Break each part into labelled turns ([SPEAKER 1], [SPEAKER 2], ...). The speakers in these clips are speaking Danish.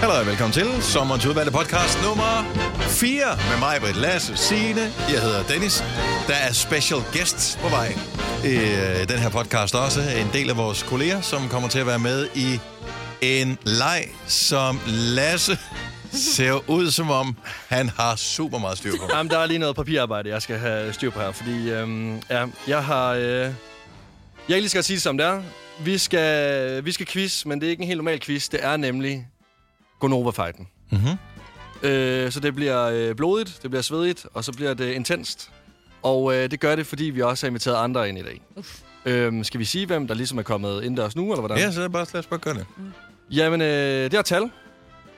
[SPEAKER 1] Hallo og velkommen til sommerens udvalgte podcast nummer 4 med mig, Britt Lasse, Signe, jeg hedder Dennis. Der er special guests på vej i øh, den her podcast også. En del af vores kolleger, som kommer til at være med i en leg, som Lasse ser ud som om, han har super meget styr på.
[SPEAKER 2] Jamen, der er lige noget papirarbejde, jeg skal have styr på her, fordi øhm, ja, jeg har... Øh, jeg kan lige skal sige det, som det er. Vi skal, vi skal quiz, men det er ikke en helt normal quiz. Det er nemlig Gonova-fighten. Mm-hmm. Øh, så det bliver øh, blodigt, det bliver svedigt, og så bliver det intenst. Og øh, det gør det, fordi vi også har inviteret andre ind i dag. Øhm, skal vi sige, hvem der ligesom er kommet indendørs nu, eller hvordan?
[SPEAKER 1] Ja, så er det bare, lad os bare gøre det.
[SPEAKER 2] Jamen, øh, det er Tal.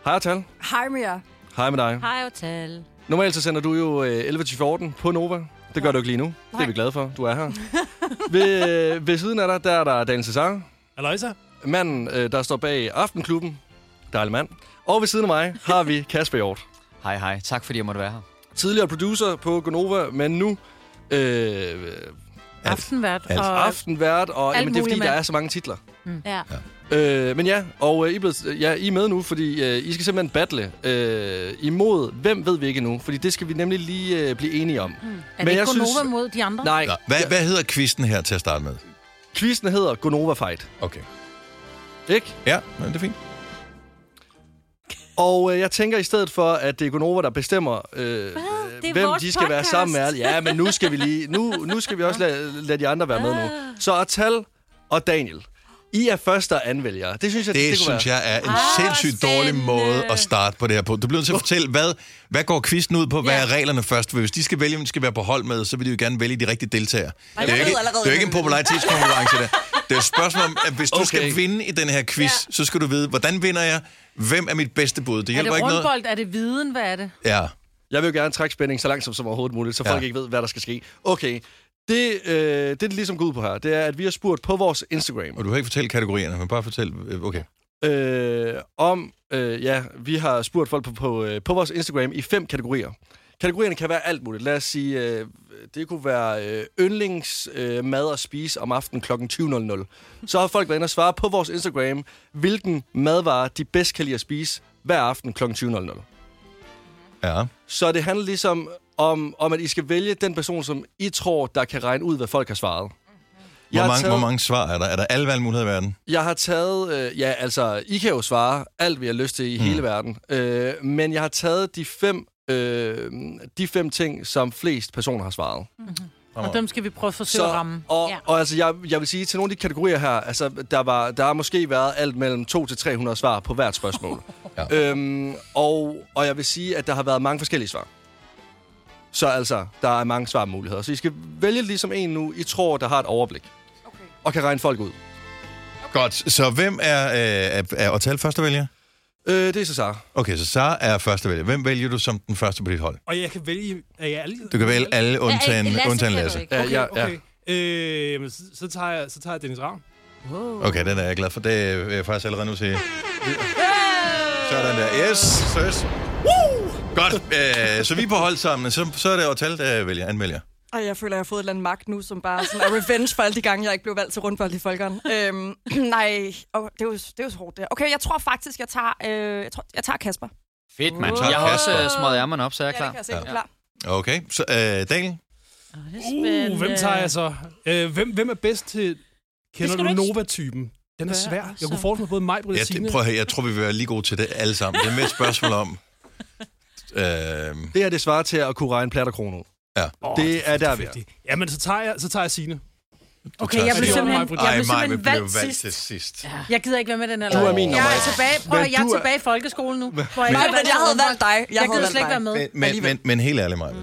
[SPEAKER 2] Hej, Tal.
[SPEAKER 3] Hej med jer.
[SPEAKER 2] Hej med dig.
[SPEAKER 4] Hej, Hotel.
[SPEAKER 2] Normalt så sender du jo øh, 11 til 14 på Nova. Det gør du ikke lige nu. Nej. Det er vi glade for. Du er her. ved, øh, ved siden af dig, der er der Daniel Cesar.
[SPEAKER 5] Aloysa?
[SPEAKER 2] Manden, øh, der står bag Aftenklubben. Dejlig mand. Og ved siden af mig har vi Kasper Hjort.
[SPEAKER 6] Hej, hej. Tak fordi jeg måtte være her.
[SPEAKER 2] Tidligere producer på Gonova, men nu øh,
[SPEAKER 4] Aftenvært.
[SPEAKER 1] Alt.
[SPEAKER 4] Og,
[SPEAKER 2] aftenvært. Og,
[SPEAKER 4] Alt
[SPEAKER 2] jamen, det er fordi,
[SPEAKER 4] muligt,
[SPEAKER 2] der
[SPEAKER 4] mand.
[SPEAKER 2] er så mange titler.
[SPEAKER 4] ja.
[SPEAKER 2] Øh, men ja, og øh, I, er blevet, ja, I er med nu, fordi øh, I skal simpelthen battle øh, imod, hvem ved vi ikke nu, fordi det skal vi nemlig lige øh, blive enige om. Mm.
[SPEAKER 4] Er det ikke Gonova synes... mod de andre?
[SPEAKER 2] Nej,
[SPEAKER 1] Nå, Hvad, hvad hedder quizzen her til at starte med?
[SPEAKER 2] Quizzen hedder Gonova Fight,
[SPEAKER 1] Okay.
[SPEAKER 2] ikke?
[SPEAKER 1] Ja, men det er fint.
[SPEAKER 2] Og øh, jeg tænker i stedet for, at det er Gonova, der bestemmer, øh,
[SPEAKER 4] Det er
[SPEAKER 2] hvem
[SPEAKER 4] vores
[SPEAKER 2] de skal være
[SPEAKER 4] podcast.
[SPEAKER 2] sammen med. Ja, men nu skal vi lige, nu, nu skal vi også lade, lade de andre være med nu.
[SPEAKER 4] Ah.
[SPEAKER 2] Så Atal og Daniel, I er første og anden vælgere. Det synes jeg, det,
[SPEAKER 1] Det, det
[SPEAKER 2] det kunne
[SPEAKER 1] synes
[SPEAKER 2] være.
[SPEAKER 1] jeg er en ah, sindssygt dårlig
[SPEAKER 4] spændende.
[SPEAKER 1] måde at starte på det her på. Du bliver nødt til at fortælle, hvad, hvad går quizzen ud på? Hvad
[SPEAKER 4] Ja.
[SPEAKER 1] er reglerne først? For hvis de skal vælge, om de skal være på hold med, så vil de jo gerne vælge de rigtige deltagere. det, er
[SPEAKER 3] jeg
[SPEAKER 1] jo
[SPEAKER 3] ved
[SPEAKER 1] ikke,
[SPEAKER 3] allerede,
[SPEAKER 1] det er jo ikke en
[SPEAKER 3] hvem det er.
[SPEAKER 1] popularitetskonkurrence, det. Det er et spørgsmål om, at hvis du okay.
[SPEAKER 2] Okay.
[SPEAKER 1] skal vinde i den her quiz, ja. så skal du vide, hvordan vinder jeg? Hvem er mit bedste bud? Det
[SPEAKER 4] Er
[SPEAKER 1] hjælper
[SPEAKER 4] det
[SPEAKER 1] ikke noget.
[SPEAKER 4] rundbold? Er det viden? Hvad er det?
[SPEAKER 1] Ja.
[SPEAKER 2] Jeg vil jo gerne trække spænding så langt som, som overhovedet muligt, så folk
[SPEAKER 1] Ja.
[SPEAKER 2] ikke ved, hvad der skal ske. Okay, det, øh, det, det ligesom går ud på her, det er, at vi har spurgt på vores Instagram.
[SPEAKER 1] Og du kan ikke fortælle kategorierne, men bare fortæl. øh, Okay.
[SPEAKER 2] øh, om, øh, ja, vi har spurgt folk på, på, øh, på vores Instagram i fem kategorier. Kategorierne kan være alt muligt. Lad os sige, øh, det kunne være øh, yndlings øh, mad at spise om aftenen kl. 20.00. Så har folk været inde og svare på vores Instagram, hvilken madvarer de bedst kan lide at spise hver aften kl. 20.00.
[SPEAKER 1] Ja.
[SPEAKER 2] Så det handler ligesom om, om, at I skal vælge den person, som I tror, der kan regne ud, hvad folk har svaret.
[SPEAKER 1] Hvor
[SPEAKER 2] Jeg har
[SPEAKER 1] mange,
[SPEAKER 2] taget-
[SPEAKER 1] hvor mange svar er der? Er der alle valgmuligheder i verden?
[SPEAKER 2] jeg har taget, øh, ja altså, I kan jo svare alt, vi har lyst til i mm. hele verden, øh, men jeg har taget de fem, øh, de fem ting, som flest personer har svaret.
[SPEAKER 4] Og dem skal vi prøve at forsøge at ramme.
[SPEAKER 2] og,
[SPEAKER 4] ja.
[SPEAKER 2] og altså, jeg, jeg vil sige, til nogle af de kategorier her, altså, der, var, der har måske været alt mellem 2 til 300 svar på hvert spørgsmål. ja. øhm, og, og jeg vil sige, at der har været mange forskellige svar. Så altså, der er mange svarmuligheder. Så I skal vælge ligesom en nu, I tror, der har et overblik. Okay. Og kan regne folk ud.
[SPEAKER 1] Godt. Så hvem er, øh, er, er Otal første vælger?
[SPEAKER 2] Øh, det er så Sara.
[SPEAKER 1] Okay, så Sara er første vælger. Hvem vælger du som den første på dit hold?
[SPEAKER 5] Og jeg kan vælge... Er jeg alle?
[SPEAKER 1] Du kan vælge alle undtagen
[SPEAKER 4] Lasse
[SPEAKER 1] Lasse. Undtagen
[SPEAKER 4] kan du
[SPEAKER 1] Lasse.
[SPEAKER 4] ikke.
[SPEAKER 2] Ja,
[SPEAKER 5] Okay,
[SPEAKER 2] ja, ja.
[SPEAKER 5] okay. Øh, jamen, så, så, tager jeg, så tager jeg Dennis Ravn.
[SPEAKER 1] Okay, den er jeg glad for. Det vil jeg faktisk allerede nu sige. Sådan der. Yes, søs. Woo! Godt. Øh, så vi er på hold sammen. Så, så er det Otal, der vælger, anmelder.
[SPEAKER 3] Og jeg føler, jeg har fået et eller andet magt nu, som bare sådan er revenge for alle de gange, jeg ikke blev valgt til rundbold i folkeren. Øhm, nej, oh, det, er jo, det er jo så hårdt det Okay, jeg tror faktisk, jeg tager, øh, jeg tror, jeg tager Kasper.
[SPEAKER 6] Fedt, mand.
[SPEAKER 1] Du tager
[SPEAKER 6] Jeg har også
[SPEAKER 1] Kasper.
[SPEAKER 6] øh, smøget ærmerne op, så jeg er
[SPEAKER 3] Ja,
[SPEAKER 6] klar.
[SPEAKER 3] det kan jeg se, ja.
[SPEAKER 6] Ja.
[SPEAKER 3] klar.
[SPEAKER 1] Okay, så øh, Daniel.
[SPEAKER 4] Åh, det er
[SPEAKER 5] Uh, hvem
[SPEAKER 4] spændende.
[SPEAKER 5] tager jeg så? Øh, hvem, hvem er bedst til... Kender
[SPEAKER 4] skal
[SPEAKER 5] du
[SPEAKER 4] du ikke-
[SPEAKER 5] Nova-typen? Den er
[SPEAKER 4] Hvad
[SPEAKER 5] svær.
[SPEAKER 4] så?
[SPEAKER 5] Jeg kunne forestille mig både mig, Britt og
[SPEAKER 1] Jeg,
[SPEAKER 5] Signe.
[SPEAKER 1] det, prøv at høre, jeg tror, vi vil være lige gode til det alle sammen. Det er mere et spørgsmål om... Øh,
[SPEAKER 2] Det her, det svarer til at kunne regne platterkroner.
[SPEAKER 1] ja.
[SPEAKER 2] Oh, det er der, vi er.
[SPEAKER 5] Perfekt. Jamen, så tager jeg, så tager jeg Signe.
[SPEAKER 4] Okay, jeg
[SPEAKER 5] tager
[SPEAKER 4] blev
[SPEAKER 5] Signe.
[SPEAKER 4] simpelthen, jeg
[SPEAKER 1] Ej,
[SPEAKER 4] blev
[SPEAKER 1] mig
[SPEAKER 4] simpelthen
[SPEAKER 1] blev
[SPEAKER 4] valgt
[SPEAKER 1] valgt, valgt
[SPEAKER 4] sidst.
[SPEAKER 1] til sidst. Ja.
[SPEAKER 4] Jeg gider ikke være med i den her
[SPEAKER 2] Du er
[SPEAKER 4] leg.
[SPEAKER 2] min
[SPEAKER 4] Jeg
[SPEAKER 2] nummer
[SPEAKER 4] er
[SPEAKER 2] et.
[SPEAKER 4] tilbage, prøv, at-
[SPEAKER 2] Men
[SPEAKER 4] jeg
[SPEAKER 2] du
[SPEAKER 4] er
[SPEAKER 2] er-
[SPEAKER 4] tilbage i folkeskolen nu. Hvor jeg,
[SPEAKER 3] Men,
[SPEAKER 4] ikke er
[SPEAKER 3] men
[SPEAKER 4] valgt
[SPEAKER 3] jeg
[SPEAKER 4] til
[SPEAKER 3] havde
[SPEAKER 4] rundbold.
[SPEAKER 3] valgt dig. Jeg,
[SPEAKER 4] Jeg
[SPEAKER 3] havde
[SPEAKER 4] gider
[SPEAKER 3] valgt
[SPEAKER 4] slet ikke
[SPEAKER 3] dig.
[SPEAKER 4] være med.
[SPEAKER 1] Men, men, men, men helt ærligt, Maja.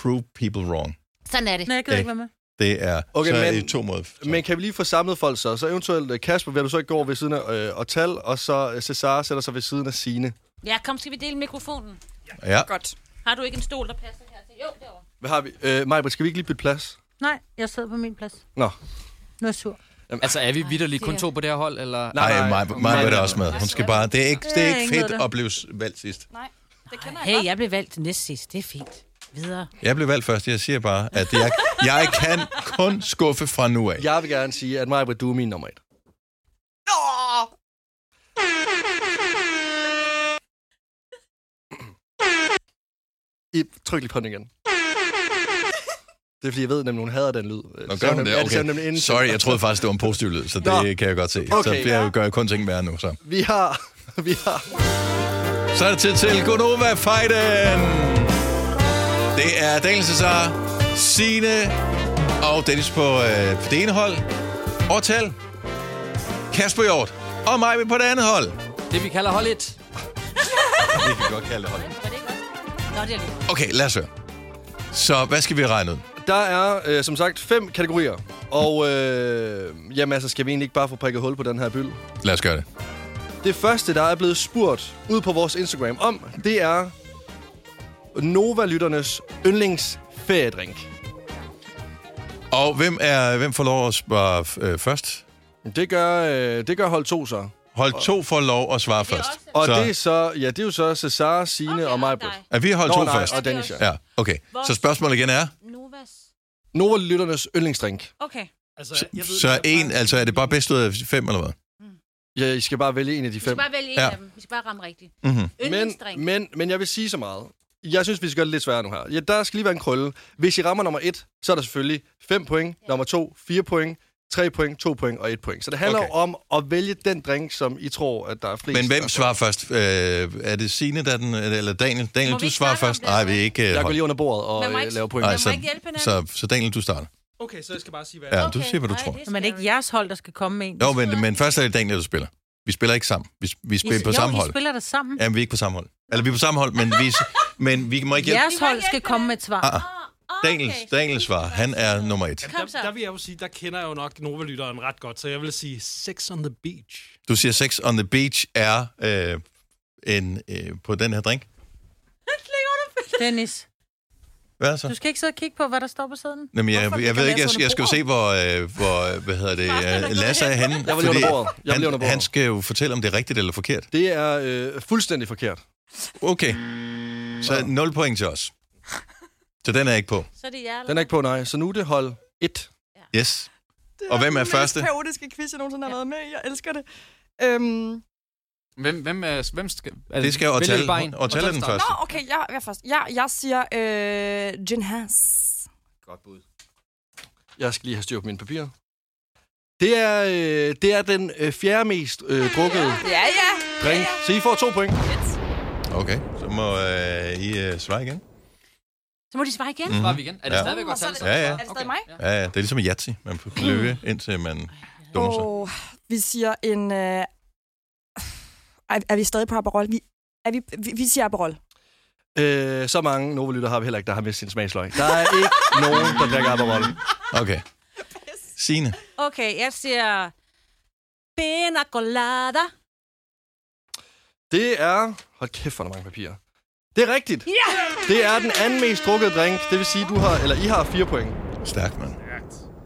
[SPEAKER 1] Prove people wrong.
[SPEAKER 4] Sådan er det. Nej, jeg gider ikke være med.
[SPEAKER 1] Det er...
[SPEAKER 2] Okay,
[SPEAKER 1] så er
[SPEAKER 2] men-
[SPEAKER 1] I to måder. Så.
[SPEAKER 2] Men kan vi lige få samlet folk så? Så eventuelt øh, Kasper, vil du så ikke gå over ved siden af øh, og tal, og så øh, Cesar sætter sig ved siden af sine.
[SPEAKER 4] Ja, kom, skal vi dele mikrofonen?
[SPEAKER 1] ja.
[SPEAKER 3] Godt.
[SPEAKER 4] Har du ikke en stol, der passer her til? Jo, derovre.
[SPEAKER 2] Hvad har vi? Øh, Majbrit, skal vi ikke lige bytte plads?
[SPEAKER 4] Nej, jeg sidder på min plads.
[SPEAKER 2] Nå.
[SPEAKER 4] Nu er jeg sur.
[SPEAKER 6] Altså, er vi vidderligt kun to på det her hold, eller?
[SPEAKER 1] Nej,
[SPEAKER 2] nej.
[SPEAKER 1] mig, mig var det også med. Hun skal bare... Det er ikke, det er ikke
[SPEAKER 4] ingen ved
[SPEAKER 1] fedt
[SPEAKER 4] det.
[SPEAKER 1] at blive valgt sidst.
[SPEAKER 3] Det kender jeg
[SPEAKER 4] Hey, jeg blev valgt næst sidst. Det er fint. Videre.
[SPEAKER 1] Jeg blev valgt først. Jeg siger bare, at jeg, jeg kan kun skuffe fra nu af.
[SPEAKER 2] Jeg vil gerne sige, at Majbrit, du er min nummer et.
[SPEAKER 3] godt. Åh!
[SPEAKER 2] lige, tryk lige på den igen. Det er fordi, jeg ved nemlig, hun hader den lyd.
[SPEAKER 1] Nå,
[SPEAKER 2] Så
[SPEAKER 1] gør hun
[SPEAKER 2] nemlig-
[SPEAKER 1] det?
[SPEAKER 2] Ja, det sagde hun nemlig
[SPEAKER 1] Okay.
[SPEAKER 2] inden.
[SPEAKER 1] Sorry, jeg troede faktisk, det var en positiv lyd, så det
[SPEAKER 2] Nå.
[SPEAKER 1] kan jeg godt se. Så
[SPEAKER 2] Okay.
[SPEAKER 1] jeg gør jeg kun ting værre nu. Så.
[SPEAKER 2] Vi har... Vi har...
[SPEAKER 1] så er det tid til Gunova Fighten! Det er Daniel Cesar, Signe og Dennis på, øh, på det ene hold. Og tal. Kasper Hjort og mig på det andet hold.
[SPEAKER 6] Det vi kalder hold 1.
[SPEAKER 1] Det kan vi godt kalde det hold.
[SPEAKER 4] Var det ikke også? Nå, det er lige.
[SPEAKER 1] Okay, lad os høre. Så hvad skal vi regne ud?
[SPEAKER 2] Der er, øh, som sagt, fem kategorier. Og øh, jamen, altså, skal vi egentlig ikke bare få prikket hul på den her byld?
[SPEAKER 1] Lad os gøre det.
[SPEAKER 2] Det første, der er blevet spurgt ud på vores Instagram om, det er Nova-lytternes yndlingsferiedrink.
[SPEAKER 1] Og hvem, er, hvem får lov at svare øh, først?
[SPEAKER 2] Det gør, øh, det gør hold to så.
[SPEAKER 1] Hold to får lov at svare først.
[SPEAKER 2] Og
[SPEAKER 1] så,
[SPEAKER 2] det er så, ja, det er jo så Cesar, Sine okay, og Majbrit.
[SPEAKER 1] er vi hold to
[SPEAKER 2] Nå, nej,
[SPEAKER 1] først?
[SPEAKER 2] og Dennis, ja.
[SPEAKER 1] Ja, okay. Så spørgsmålet igen er,
[SPEAKER 4] Novas.
[SPEAKER 2] Nova-lytternes yndlingsdrink.
[SPEAKER 4] Okay.
[SPEAKER 5] Altså,
[SPEAKER 1] så en, altså er det bare bedst ud af fem eller hvad?
[SPEAKER 2] Ja, I skal bare vælge en af de
[SPEAKER 4] Vi skal
[SPEAKER 2] fem.
[SPEAKER 4] bare vælge en
[SPEAKER 1] Ja.
[SPEAKER 4] af dem. Vi skal bare ramme rigtigt.
[SPEAKER 1] Mhm.
[SPEAKER 2] Men,
[SPEAKER 4] Yndlingsdrink.
[SPEAKER 2] men, men jeg vil sige så meget. Jeg synes, vi skal gøre det lidt sværere nu her. Ja, der skal lige være en krølle. Hvis I rammer nummer et, så er der selvfølgelig 5 point, nummer to, 4 point, 3 point, 2 point og 1 point. Så det handler
[SPEAKER 1] Okay.
[SPEAKER 2] okay. om at vælge den drink, som I tror, at der er flest.
[SPEAKER 1] Men hvem svarer først? Øh, er det Signe, der er den, eller Daniel? Daniel,
[SPEAKER 4] Må vi
[SPEAKER 1] du
[SPEAKER 4] ikke
[SPEAKER 1] svarer
[SPEAKER 4] snakke om
[SPEAKER 1] først.
[SPEAKER 4] det,
[SPEAKER 1] Nej,
[SPEAKER 4] eller
[SPEAKER 1] vi er ikke... Øh,
[SPEAKER 2] Jeg går
[SPEAKER 1] hold.
[SPEAKER 2] lige under bordet og
[SPEAKER 4] Man må
[SPEAKER 2] øh,
[SPEAKER 4] ikke-
[SPEAKER 2] laver point.
[SPEAKER 1] Nej,
[SPEAKER 4] Man må
[SPEAKER 1] så,
[SPEAKER 4] ikke hjælpe hinanden.
[SPEAKER 1] så, så Daniel, du starter.
[SPEAKER 5] Okay, så jeg skal bare sige, hvad
[SPEAKER 1] Ja, du siger, hvad du
[SPEAKER 4] nej,
[SPEAKER 1] tror.
[SPEAKER 4] det skal
[SPEAKER 7] Men det er ikke
[SPEAKER 4] vi.
[SPEAKER 7] jeres hold, der skal komme med en.
[SPEAKER 1] Jo, men, men først er det Daniel, der spiller. Vi spiller ikke sammen. Vi, vi spiller på
[SPEAKER 7] jo,
[SPEAKER 1] samme
[SPEAKER 7] I
[SPEAKER 1] hold.
[SPEAKER 7] spiller der sammen.
[SPEAKER 1] Ja, men vi er ikke på samme hold. Eller vi er på samme hold, men vi, men vi må ikke hjælpe.
[SPEAKER 7] Jeres hold skal komme med et svar.
[SPEAKER 1] Ah, ah. Daniels, Daniels svar, han er nummer et.
[SPEAKER 4] Kom så.
[SPEAKER 5] der, der vil jeg jo sige, der kender jeg jo nok Nova-lytteren ret godt, så jeg vil sige Sex on the Beach.
[SPEAKER 1] Du siger Sex on the Beach er øh, en, øh, på den her drink.
[SPEAKER 7] Dennis,
[SPEAKER 1] Hvad
[SPEAKER 7] du
[SPEAKER 1] så?
[SPEAKER 7] skal ikke sidde og kigge på, hvad der står på siden.
[SPEAKER 1] Jamen, jeg,
[SPEAKER 7] Hvorfor
[SPEAKER 1] jeg,
[SPEAKER 7] ligger
[SPEAKER 1] ved ikke,
[SPEAKER 7] Lasse
[SPEAKER 1] jeg, jeg skal jo
[SPEAKER 7] under
[SPEAKER 1] se, hvor, øh, hvor, øh, hvad hedder det, øh, Lasse er henne.
[SPEAKER 2] Jeg vil under
[SPEAKER 1] fordi
[SPEAKER 2] bordet. Jeg vil under
[SPEAKER 1] han,
[SPEAKER 2] bordet.
[SPEAKER 1] han skal jo fortælle, om det er rigtigt eller forkert.
[SPEAKER 2] Det er øh, fuldstændig forkert.
[SPEAKER 1] Okay. Så 0 point til os. Så den er ikke på.
[SPEAKER 4] Så er det jer. eller
[SPEAKER 2] Den er ikke på, nej. Så nu er det hold 1.
[SPEAKER 1] Yes.
[SPEAKER 3] Det
[SPEAKER 1] Og hvem er
[SPEAKER 3] den mest
[SPEAKER 1] første?
[SPEAKER 3] kaotiske quiz, jeg nogensinde har været med i. Jeg elsker det. Øhm,
[SPEAKER 6] Hvem, hvem, er, hvem skal... Altså,
[SPEAKER 1] Det skal jo
[SPEAKER 6] vælger
[SPEAKER 1] Ortal.
[SPEAKER 6] vi bare en?
[SPEAKER 1] Ortal er den
[SPEAKER 6] starter.
[SPEAKER 1] første.
[SPEAKER 3] Nå, okay, jeg, jeg er først. Jeg, jeg siger øh, Gin Haas.
[SPEAKER 2] Jeg skal lige have styr på mine papirer. Det er, øh, det er den øh, fjerde mest øh, drukkede
[SPEAKER 3] Ja, ja.
[SPEAKER 2] drink. Så I får to point.
[SPEAKER 1] Okay, så må øh, I øh, svare igen.
[SPEAKER 4] Så må de svare igen.
[SPEAKER 6] Svarer vi igen? Er
[SPEAKER 1] Mhm.
[SPEAKER 6] det
[SPEAKER 1] Ja.
[SPEAKER 6] stadigvæk
[SPEAKER 3] Nå, så er
[SPEAKER 6] Ortal?
[SPEAKER 3] det-
[SPEAKER 1] Ja, ja.
[SPEAKER 3] Er det stadig mig?
[SPEAKER 1] Ja, ja, det er ligesom Yahtzee. Man får lykke, indtil man dummer sig.
[SPEAKER 3] Og vi siger en... Øh, er, er vi stadig på Aperol? Vi, er vi, vi, vi siger Aperol.
[SPEAKER 2] Øh, så mange Novolytter har vi heller ikke, der har mistet sin smagsløg. Der er ikke nogen, der drikker Aperol.
[SPEAKER 1] Okay. Signe.
[SPEAKER 4] Okay, jeg siger... Pina colada.
[SPEAKER 2] Det er... Hold kæft, hvor er der mange papirer. Det er rigtigt. Ja! Det er den anden mest drukkede drink. Det vil sige, du har, eller I har fire point.
[SPEAKER 1] Stærkt, mand.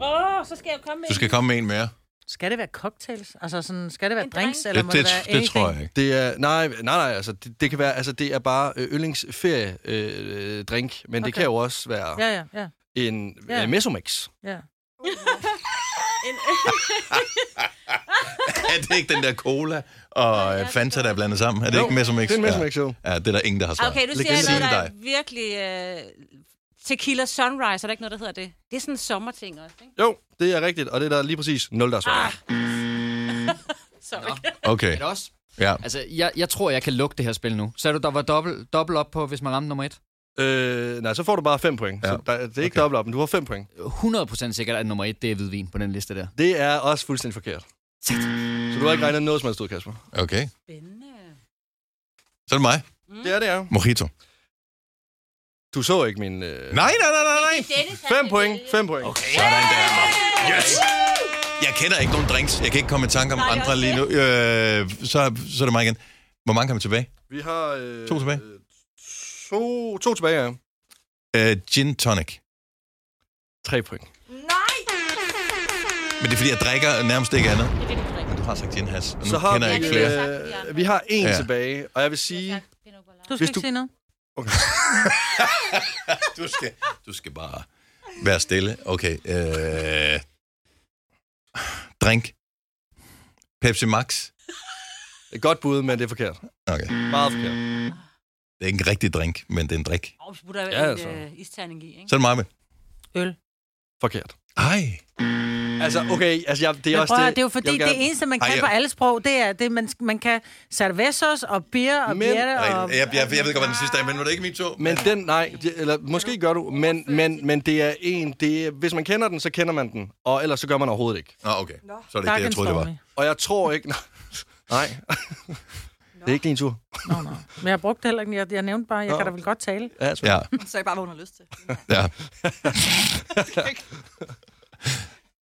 [SPEAKER 4] Åh, så skal jeg komme med.
[SPEAKER 1] Du skal komme med en mere.
[SPEAKER 7] Skal det være cocktails? Altså sådan, skal det være
[SPEAKER 4] En
[SPEAKER 7] drinks,
[SPEAKER 4] drink.
[SPEAKER 7] eller
[SPEAKER 1] Det,
[SPEAKER 7] må
[SPEAKER 1] det,
[SPEAKER 7] det, være
[SPEAKER 1] det tror jeg ikke.
[SPEAKER 2] Det er, nej, nej, nej, altså, det, det kan være, altså, det er bare øh, yndlingsferie øh, drink, men okay. det
[SPEAKER 7] Okay.
[SPEAKER 2] kan jo også være ja.
[SPEAKER 7] Ja, ja, ja.
[SPEAKER 2] en
[SPEAKER 7] Ja.
[SPEAKER 2] øh, mesomix.
[SPEAKER 7] ja.
[SPEAKER 1] Er det ikke den der cola og øh, Fanta, der er blandet sammen? Er det
[SPEAKER 2] Jo,
[SPEAKER 1] ikke Mesomix?
[SPEAKER 2] Det er en mesomix, jo.
[SPEAKER 1] Ja. ja, det er der ingen, der har svaret.
[SPEAKER 4] Okay, du siger
[SPEAKER 1] Legende.
[SPEAKER 4] noget, der
[SPEAKER 1] Signe
[SPEAKER 4] er virkelig... Øh, tequila Sunrise, er der ikke noget, der hedder det? Det er sådan en sommerting også, ikke?
[SPEAKER 2] Jo, det er rigtigt, og det er der lige præcis 0, der er svaret.
[SPEAKER 4] Sorry.
[SPEAKER 1] Okay,
[SPEAKER 6] Er det også?
[SPEAKER 1] ja.
[SPEAKER 6] Altså, jeg, jeg tror, jeg kan lukke det her spil nu. Så er du, der var dobbelt, dobbelt op på, hvis man ramte nummer et?
[SPEAKER 2] Øh, nej, så får du bare 5 point. Ja.
[SPEAKER 1] Ja.
[SPEAKER 2] Så der, det er ikke
[SPEAKER 1] Okay.
[SPEAKER 2] okay. dobbelt op, men du har 5 point.
[SPEAKER 6] 100% sikkert, at nummer et, det er hvidvin på den liste der.
[SPEAKER 2] Det er også fuldstændig forkert. Så du har ikke regnet noget, som helst ud, Kasper.
[SPEAKER 1] Okay,
[SPEAKER 4] Spændende.
[SPEAKER 1] så er det mig.
[SPEAKER 7] Mm.
[SPEAKER 2] Det er det, er.
[SPEAKER 1] Mojito.
[SPEAKER 2] Øh. Du så ikke min... Øh...
[SPEAKER 1] Nej, nej, nej, nej, nej.
[SPEAKER 4] Dennis, han
[SPEAKER 2] 5
[SPEAKER 4] vil
[SPEAKER 2] point,
[SPEAKER 4] vælge.
[SPEAKER 2] 5 point.
[SPEAKER 1] Okay, sådan der. Yes! Jeg kender ikke nogen drinks. Jeg kan ikke komme i tanke om
[SPEAKER 4] Nej, det er
[SPEAKER 1] andre
[SPEAKER 4] også
[SPEAKER 1] lige nu. Øh, så, så er det mig igen. Hvor mange kommer tilbage?
[SPEAKER 2] Vi har... Øh,
[SPEAKER 1] To tilbage.
[SPEAKER 2] øh, To, to tilbage, ja.
[SPEAKER 1] Øh, gin tonic.
[SPEAKER 2] 3 point.
[SPEAKER 3] Nej!
[SPEAKER 1] Men det er fordi, jeg drikker nærmest ikke andet.
[SPEAKER 4] Det er det, du drikker.
[SPEAKER 1] Men du har sagt gin has, og nu
[SPEAKER 2] Så har
[SPEAKER 1] kender jeg
[SPEAKER 2] vi, øh,
[SPEAKER 1] ikke
[SPEAKER 4] Ja,
[SPEAKER 1] flere.
[SPEAKER 4] det
[SPEAKER 2] vi har en
[SPEAKER 1] Ja.
[SPEAKER 2] ja. tilbage, og jeg vil
[SPEAKER 4] Du
[SPEAKER 2] sige...
[SPEAKER 4] har sagt Pina Colada.
[SPEAKER 7] Du skal
[SPEAKER 2] Hvis
[SPEAKER 7] ikke
[SPEAKER 2] du-
[SPEAKER 7] sige noget.
[SPEAKER 1] Du skal, du skal bare være stille. Okay. Øh, drink. Pepsi Max.
[SPEAKER 2] Et godt bud, men det er forkert.
[SPEAKER 1] Okay.
[SPEAKER 2] Meget forkert.
[SPEAKER 1] Det er ikke en rigtig drink, men det er en drik.
[SPEAKER 4] Åh, oh, så putter jeg
[SPEAKER 2] Ja,
[SPEAKER 4] ja,
[SPEAKER 2] altså.
[SPEAKER 4] altså. øh, isterning i, ikke?
[SPEAKER 1] Så er det meget med.
[SPEAKER 7] Øl.
[SPEAKER 2] Forkert.
[SPEAKER 1] Ej,
[SPEAKER 2] Altså, okay, altså, jeg, det er
[SPEAKER 7] Men
[SPEAKER 2] også
[SPEAKER 7] prøv, at høre,
[SPEAKER 2] det...
[SPEAKER 7] det er jo fordi,
[SPEAKER 2] jeg vil
[SPEAKER 7] det eneste, man kan
[SPEAKER 1] Ej,
[SPEAKER 7] Ej,
[SPEAKER 1] ja.
[SPEAKER 7] på alle sprog, det er, det man, man kan cervezos og bier og
[SPEAKER 2] Men-
[SPEAKER 7] bjerte og...
[SPEAKER 1] jeg, jeg, jeg, jeg ved godt, hvad den sidste er, men var det ikke min tur?
[SPEAKER 2] Men den, nej, det, eller måske gør du, men, men, men det er en, det er, hvis man kender den, så kender man den, og ellers så gør man overhovedet ikke.
[SPEAKER 1] Nå, okay.
[SPEAKER 3] Nå.
[SPEAKER 1] Så er det ikke
[SPEAKER 7] Dark
[SPEAKER 1] det, jeg
[SPEAKER 7] and
[SPEAKER 1] troede, det var.
[SPEAKER 7] Stormy.
[SPEAKER 2] Og jeg tror ikke, nej, det er ikke din tur.
[SPEAKER 7] Nå, nå. Men jeg brugte det heller ikke. Jeg, jeg nævnte bare, jeg
[SPEAKER 2] Nå.
[SPEAKER 7] kan da vel godt tale.
[SPEAKER 2] Ja, altså. så.
[SPEAKER 1] Ja,
[SPEAKER 3] Så jeg bare, hvad hun har lyst til.
[SPEAKER 1] ja.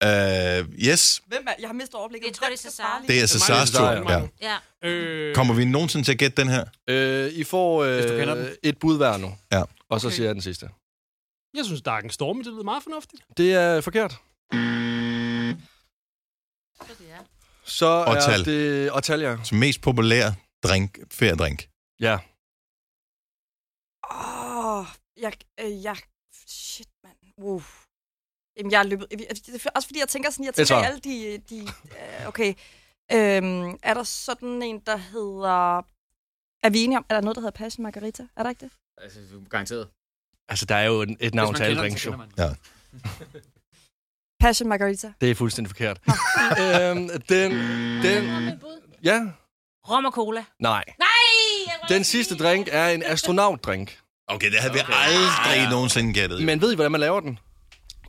[SPEAKER 1] uh, yes,
[SPEAKER 3] Hvem er, jeg har mistet overblikket.
[SPEAKER 4] Jeg tror,
[SPEAKER 3] Hvem
[SPEAKER 4] det er
[SPEAKER 3] skal
[SPEAKER 4] Cesar.
[SPEAKER 3] svare lige?
[SPEAKER 1] det er
[SPEAKER 5] Det er mig,
[SPEAKER 1] Cesars
[SPEAKER 5] det er dig,
[SPEAKER 1] Altså, tur. Ja.
[SPEAKER 5] Marco.
[SPEAKER 4] Ja.
[SPEAKER 5] Øh,
[SPEAKER 1] Kommer vi nogensinde til at gætte den her?
[SPEAKER 2] Øh, I får
[SPEAKER 6] Hvis du kender den.
[SPEAKER 2] øh, et bud hver nu,
[SPEAKER 1] Ja.
[SPEAKER 2] og så siger jeg den sidste.
[SPEAKER 5] Jeg synes, Dark and Stormy, det lyder meget fornuftigt.
[SPEAKER 2] Det er forkert. Så
[SPEAKER 1] Og
[SPEAKER 2] er
[SPEAKER 1] tal.
[SPEAKER 2] det... Og tal, ja.
[SPEAKER 1] Så mest populær drink, feriedrink.
[SPEAKER 2] ja.
[SPEAKER 3] Åh, jeg, øh, jeg, shit, mand. Uh. Jamen, jeg er løbet. Det er også fordi, jeg tænker sådan, jeg
[SPEAKER 2] Et
[SPEAKER 3] tænker
[SPEAKER 2] svar.
[SPEAKER 3] alle de, de øh, okay. Øhm, er der sådan en, der hedder... Er vi enige om, er der noget, der hedder Passion Margarita? Er der ikke det?
[SPEAKER 6] Altså, du er garanteret. Hvis
[SPEAKER 2] Altså, der er jo en- et navn
[SPEAKER 6] man
[SPEAKER 2] til
[SPEAKER 6] kender
[SPEAKER 2] alle
[SPEAKER 6] den,
[SPEAKER 2] drinks,
[SPEAKER 6] så
[SPEAKER 2] jo.
[SPEAKER 6] kender man den.
[SPEAKER 3] Passion Margarita.
[SPEAKER 2] Det er fuldstændig forkert. øhm, den, den... Ja?
[SPEAKER 4] Rom og cola.
[SPEAKER 2] Nej.
[SPEAKER 4] Nej! jeg var
[SPEAKER 2] Den
[SPEAKER 4] ikke
[SPEAKER 2] sidste
[SPEAKER 4] lige-
[SPEAKER 2] drink er en astronautdrink.
[SPEAKER 1] Okay, Ah. det havde vi aldrig nogensinde gættet.
[SPEAKER 2] Men ved I, hvordan man laver den?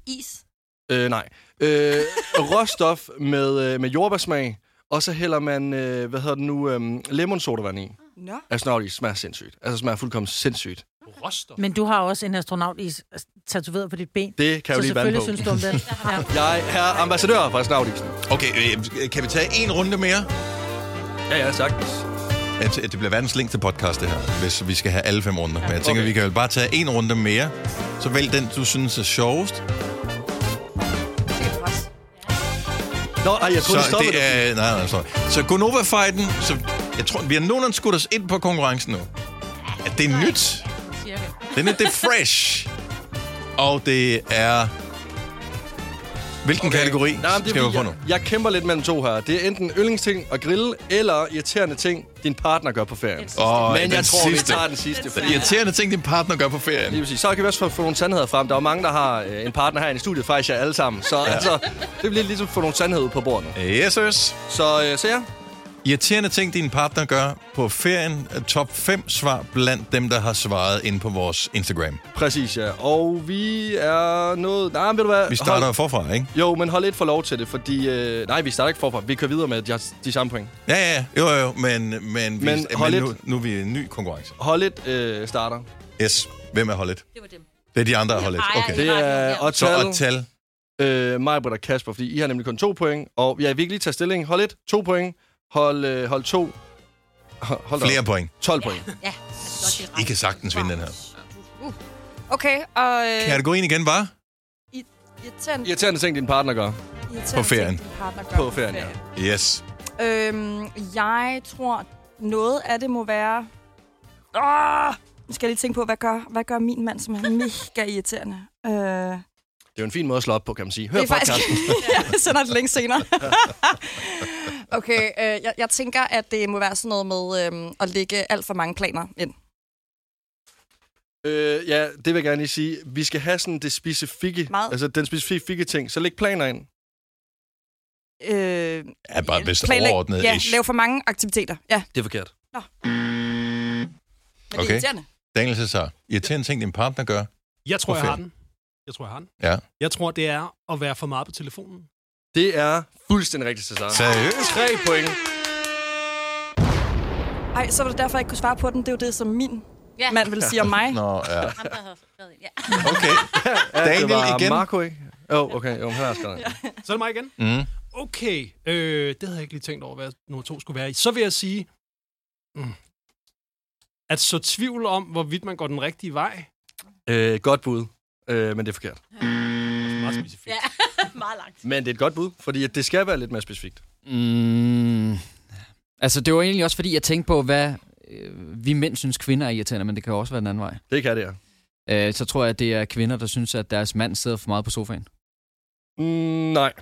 [SPEAKER 3] Is.
[SPEAKER 2] Øh, nej. Øh, råstof med, øh, med jordbærsmag, og så hælder man, øh, hvad hedder det nu, øh, lemonsodavand i.
[SPEAKER 3] Nå.
[SPEAKER 2] Astronautis smager sindssygt. Altså smager fuldkommen sindssygt.
[SPEAKER 5] Rostof.
[SPEAKER 7] Men du har også en astronautis altså, tatoveret på dit ben.
[SPEAKER 2] Det kan jeg
[SPEAKER 7] så
[SPEAKER 2] jo lige vande
[SPEAKER 7] selvfølgelig
[SPEAKER 2] på.
[SPEAKER 7] synes du om den. Ja.
[SPEAKER 2] Jeg er ambassadør for astronautisen.
[SPEAKER 1] Okay, øh, kan vi tage en runde mere?
[SPEAKER 2] Ja, ja, sagtens.
[SPEAKER 1] Jeg tæ- Det bliver verdens længste podcast, det her, hvis vi skal have alle fem runder. Men jeg tænker,
[SPEAKER 2] Okay.
[SPEAKER 1] vi kan vel bare tage en runde mere. Så vælg den, du synes er sjovest.
[SPEAKER 2] Nå, ej, jeg troede, det
[SPEAKER 1] Så
[SPEAKER 2] stoppede.
[SPEAKER 1] det er... Nej, nej, sorry. Så Gonova-fighten, så jeg tror, vi har nogenlunde skudt os ind på konkurrencen nu. At det er nyt.
[SPEAKER 4] Cirka.
[SPEAKER 1] Den er det er fresh. Og det er... Hvilken okay. kategori
[SPEAKER 2] Nej, men det er,
[SPEAKER 1] skal vi
[SPEAKER 2] fordi,
[SPEAKER 1] få nu?
[SPEAKER 2] Jeg, jeg kæmper lidt mellem to her. Det er enten yndlingsting at grille, eller irriterende ting, din partner gør på ferien.
[SPEAKER 1] Åh,
[SPEAKER 2] Men
[SPEAKER 1] den
[SPEAKER 2] jeg tror,
[SPEAKER 1] sidste.
[SPEAKER 2] vi tager den sidste.
[SPEAKER 1] Den irriterende ting, din partner gør på ferien.
[SPEAKER 2] Lige præcis. Så kan vi også få, få nogle sandheder frem. Der er jo mange, der har øh, en partner herinde i studiet, faktisk jer alle sammen. Så ja. altså, det bliver ligesom at få nogle sandheder ud på bordet.
[SPEAKER 1] Yes, yes.
[SPEAKER 2] Så, øh, så ja.
[SPEAKER 1] Irriterende ting, din partner gør på ferien. er Top 5 svar blandt dem, der har svaret ind på vores Instagram.
[SPEAKER 2] Præcis, ja. Og vi er noget... Nej, men ved du hvad?
[SPEAKER 1] Vi starter
[SPEAKER 2] Hold...
[SPEAKER 1] forfra, ikke?
[SPEAKER 2] Jo, men hold lidt for lov til det, fordi... Øh... Nej, vi starter ikke forfra. Vi kører videre med de, de samme point.
[SPEAKER 1] Ja, ja, ja. Jo, jo, jo, men, men, vi,
[SPEAKER 2] Men
[SPEAKER 1] men,
[SPEAKER 2] hold
[SPEAKER 1] nu,
[SPEAKER 2] lidt.
[SPEAKER 1] nu er vi i en ny konkurrence.
[SPEAKER 2] Hold lidt øh, starter.
[SPEAKER 1] Yes. Hvem er holdet?
[SPEAKER 4] Det var dem.
[SPEAKER 1] Det er de andre, der holdet.
[SPEAKER 4] Ej,
[SPEAKER 1] Okay.
[SPEAKER 2] Det er
[SPEAKER 4] Ja.
[SPEAKER 1] Så
[SPEAKER 2] Otal,
[SPEAKER 1] at tal.
[SPEAKER 2] øh, Majbert og Kasper, fordi I har nemlig kun to point. Og ja, vi kan lige tage stilling. Hold et, to point. Hold, øh, hold to. Hold da
[SPEAKER 1] Flere
[SPEAKER 2] op.
[SPEAKER 1] point.
[SPEAKER 2] 12 point.
[SPEAKER 4] Ja, altså, det er ret.
[SPEAKER 1] I kan sagtens vinde den her.
[SPEAKER 3] Okay, og øh,
[SPEAKER 1] Kategorien igen var?
[SPEAKER 3] irriterende,
[SPEAKER 2] Irriterende ting, din partner gør.
[SPEAKER 3] irriterende
[SPEAKER 1] På ferien.
[SPEAKER 3] ting, din partner gør
[SPEAKER 2] På ferien, ja.
[SPEAKER 1] Yes.
[SPEAKER 3] Øhm, jeg tror, noget af det må være...
[SPEAKER 1] Ah!
[SPEAKER 3] Åh! Nu skal jeg lige tænke på, hvad gør, hvad gør min mand, som er mega irriterende? Øh, det
[SPEAKER 2] Det er jo en fin måde at slå op på, kan man sige. Hør
[SPEAKER 3] er faktisk...
[SPEAKER 2] podcasten.
[SPEAKER 3] jeg sender det længe senere. okay, øh, jeg, jeg tænker, at det må være sådan noget med øhm, at lægge alt for mange planer ind.
[SPEAKER 2] Øh, ja, det vil jeg gerne lige sige. Vi skal have sådan det specifikke,
[SPEAKER 3] Meget.
[SPEAKER 2] altså den specifikke ting. Så læg planer ind.
[SPEAKER 3] Øh,
[SPEAKER 1] Ja, bare vist
[SPEAKER 3] planlæg-
[SPEAKER 1] overordnet
[SPEAKER 3] Ja,
[SPEAKER 1] ish.
[SPEAKER 3] lav for mange aktiviteter. Ja,
[SPEAKER 2] Det er forkert.
[SPEAKER 3] men det
[SPEAKER 1] Okay.
[SPEAKER 3] er irriterende.
[SPEAKER 1] Daniel Cesar. Irriterende ting, din partner gør.
[SPEAKER 5] Jeg tror,
[SPEAKER 1] På
[SPEAKER 5] jeg har
[SPEAKER 1] ferie.
[SPEAKER 5] den. Jeg tror, jeg har den.
[SPEAKER 1] Ja.
[SPEAKER 5] Jeg tror, det er at være for meget på telefonen.
[SPEAKER 2] Det er fuldstændig rigtigt, Cesar.
[SPEAKER 1] Seriøst?
[SPEAKER 2] Tre point.
[SPEAKER 3] Ej, så var det derfor, jeg ikke kunne svare på den. Det er jo det, som min
[SPEAKER 4] Ja.
[SPEAKER 3] mand vil sige om mig.
[SPEAKER 1] Nå, ja.
[SPEAKER 4] Ham, der havde været ind. Ja.
[SPEAKER 1] Okay. Daniel
[SPEAKER 2] det var
[SPEAKER 1] igen.
[SPEAKER 2] Marco, ikke? Jo, oh, okay. Jo, han har skrevet. Ja.
[SPEAKER 5] Så er det mig igen.
[SPEAKER 1] Mm.
[SPEAKER 5] Okay, øh, det havde jeg ikke lige tænkt over, hvad nummer to skulle være i. Så vil jeg sige, mm, at så tvivl om, hvorvidt man går den rigtige vej.
[SPEAKER 2] Øh, godt bud, øh, men det er forkert.
[SPEAKER 5] Meget specifikt.
[SPEAKER 4] ja. Meget langt.
[SPEAKER 2] Men det er et godt bud, fordi at det skal være lidt mere specifikt.
[SPEAKER 6] Mm, altså, det var egentlig også, fordi jeg tænkte på, hvad øh, vi mænd synes, kvinder er irriterende, men det kan jo også være den anden vej.
[SPEAKER 2] Det kan det, ja.
[SPEAKER 6] Øh, så tror jeg, at det er kvinder, der synes, at deres mand sidder for meget på sofaen.
[SPEAKER 2] Mm, nej.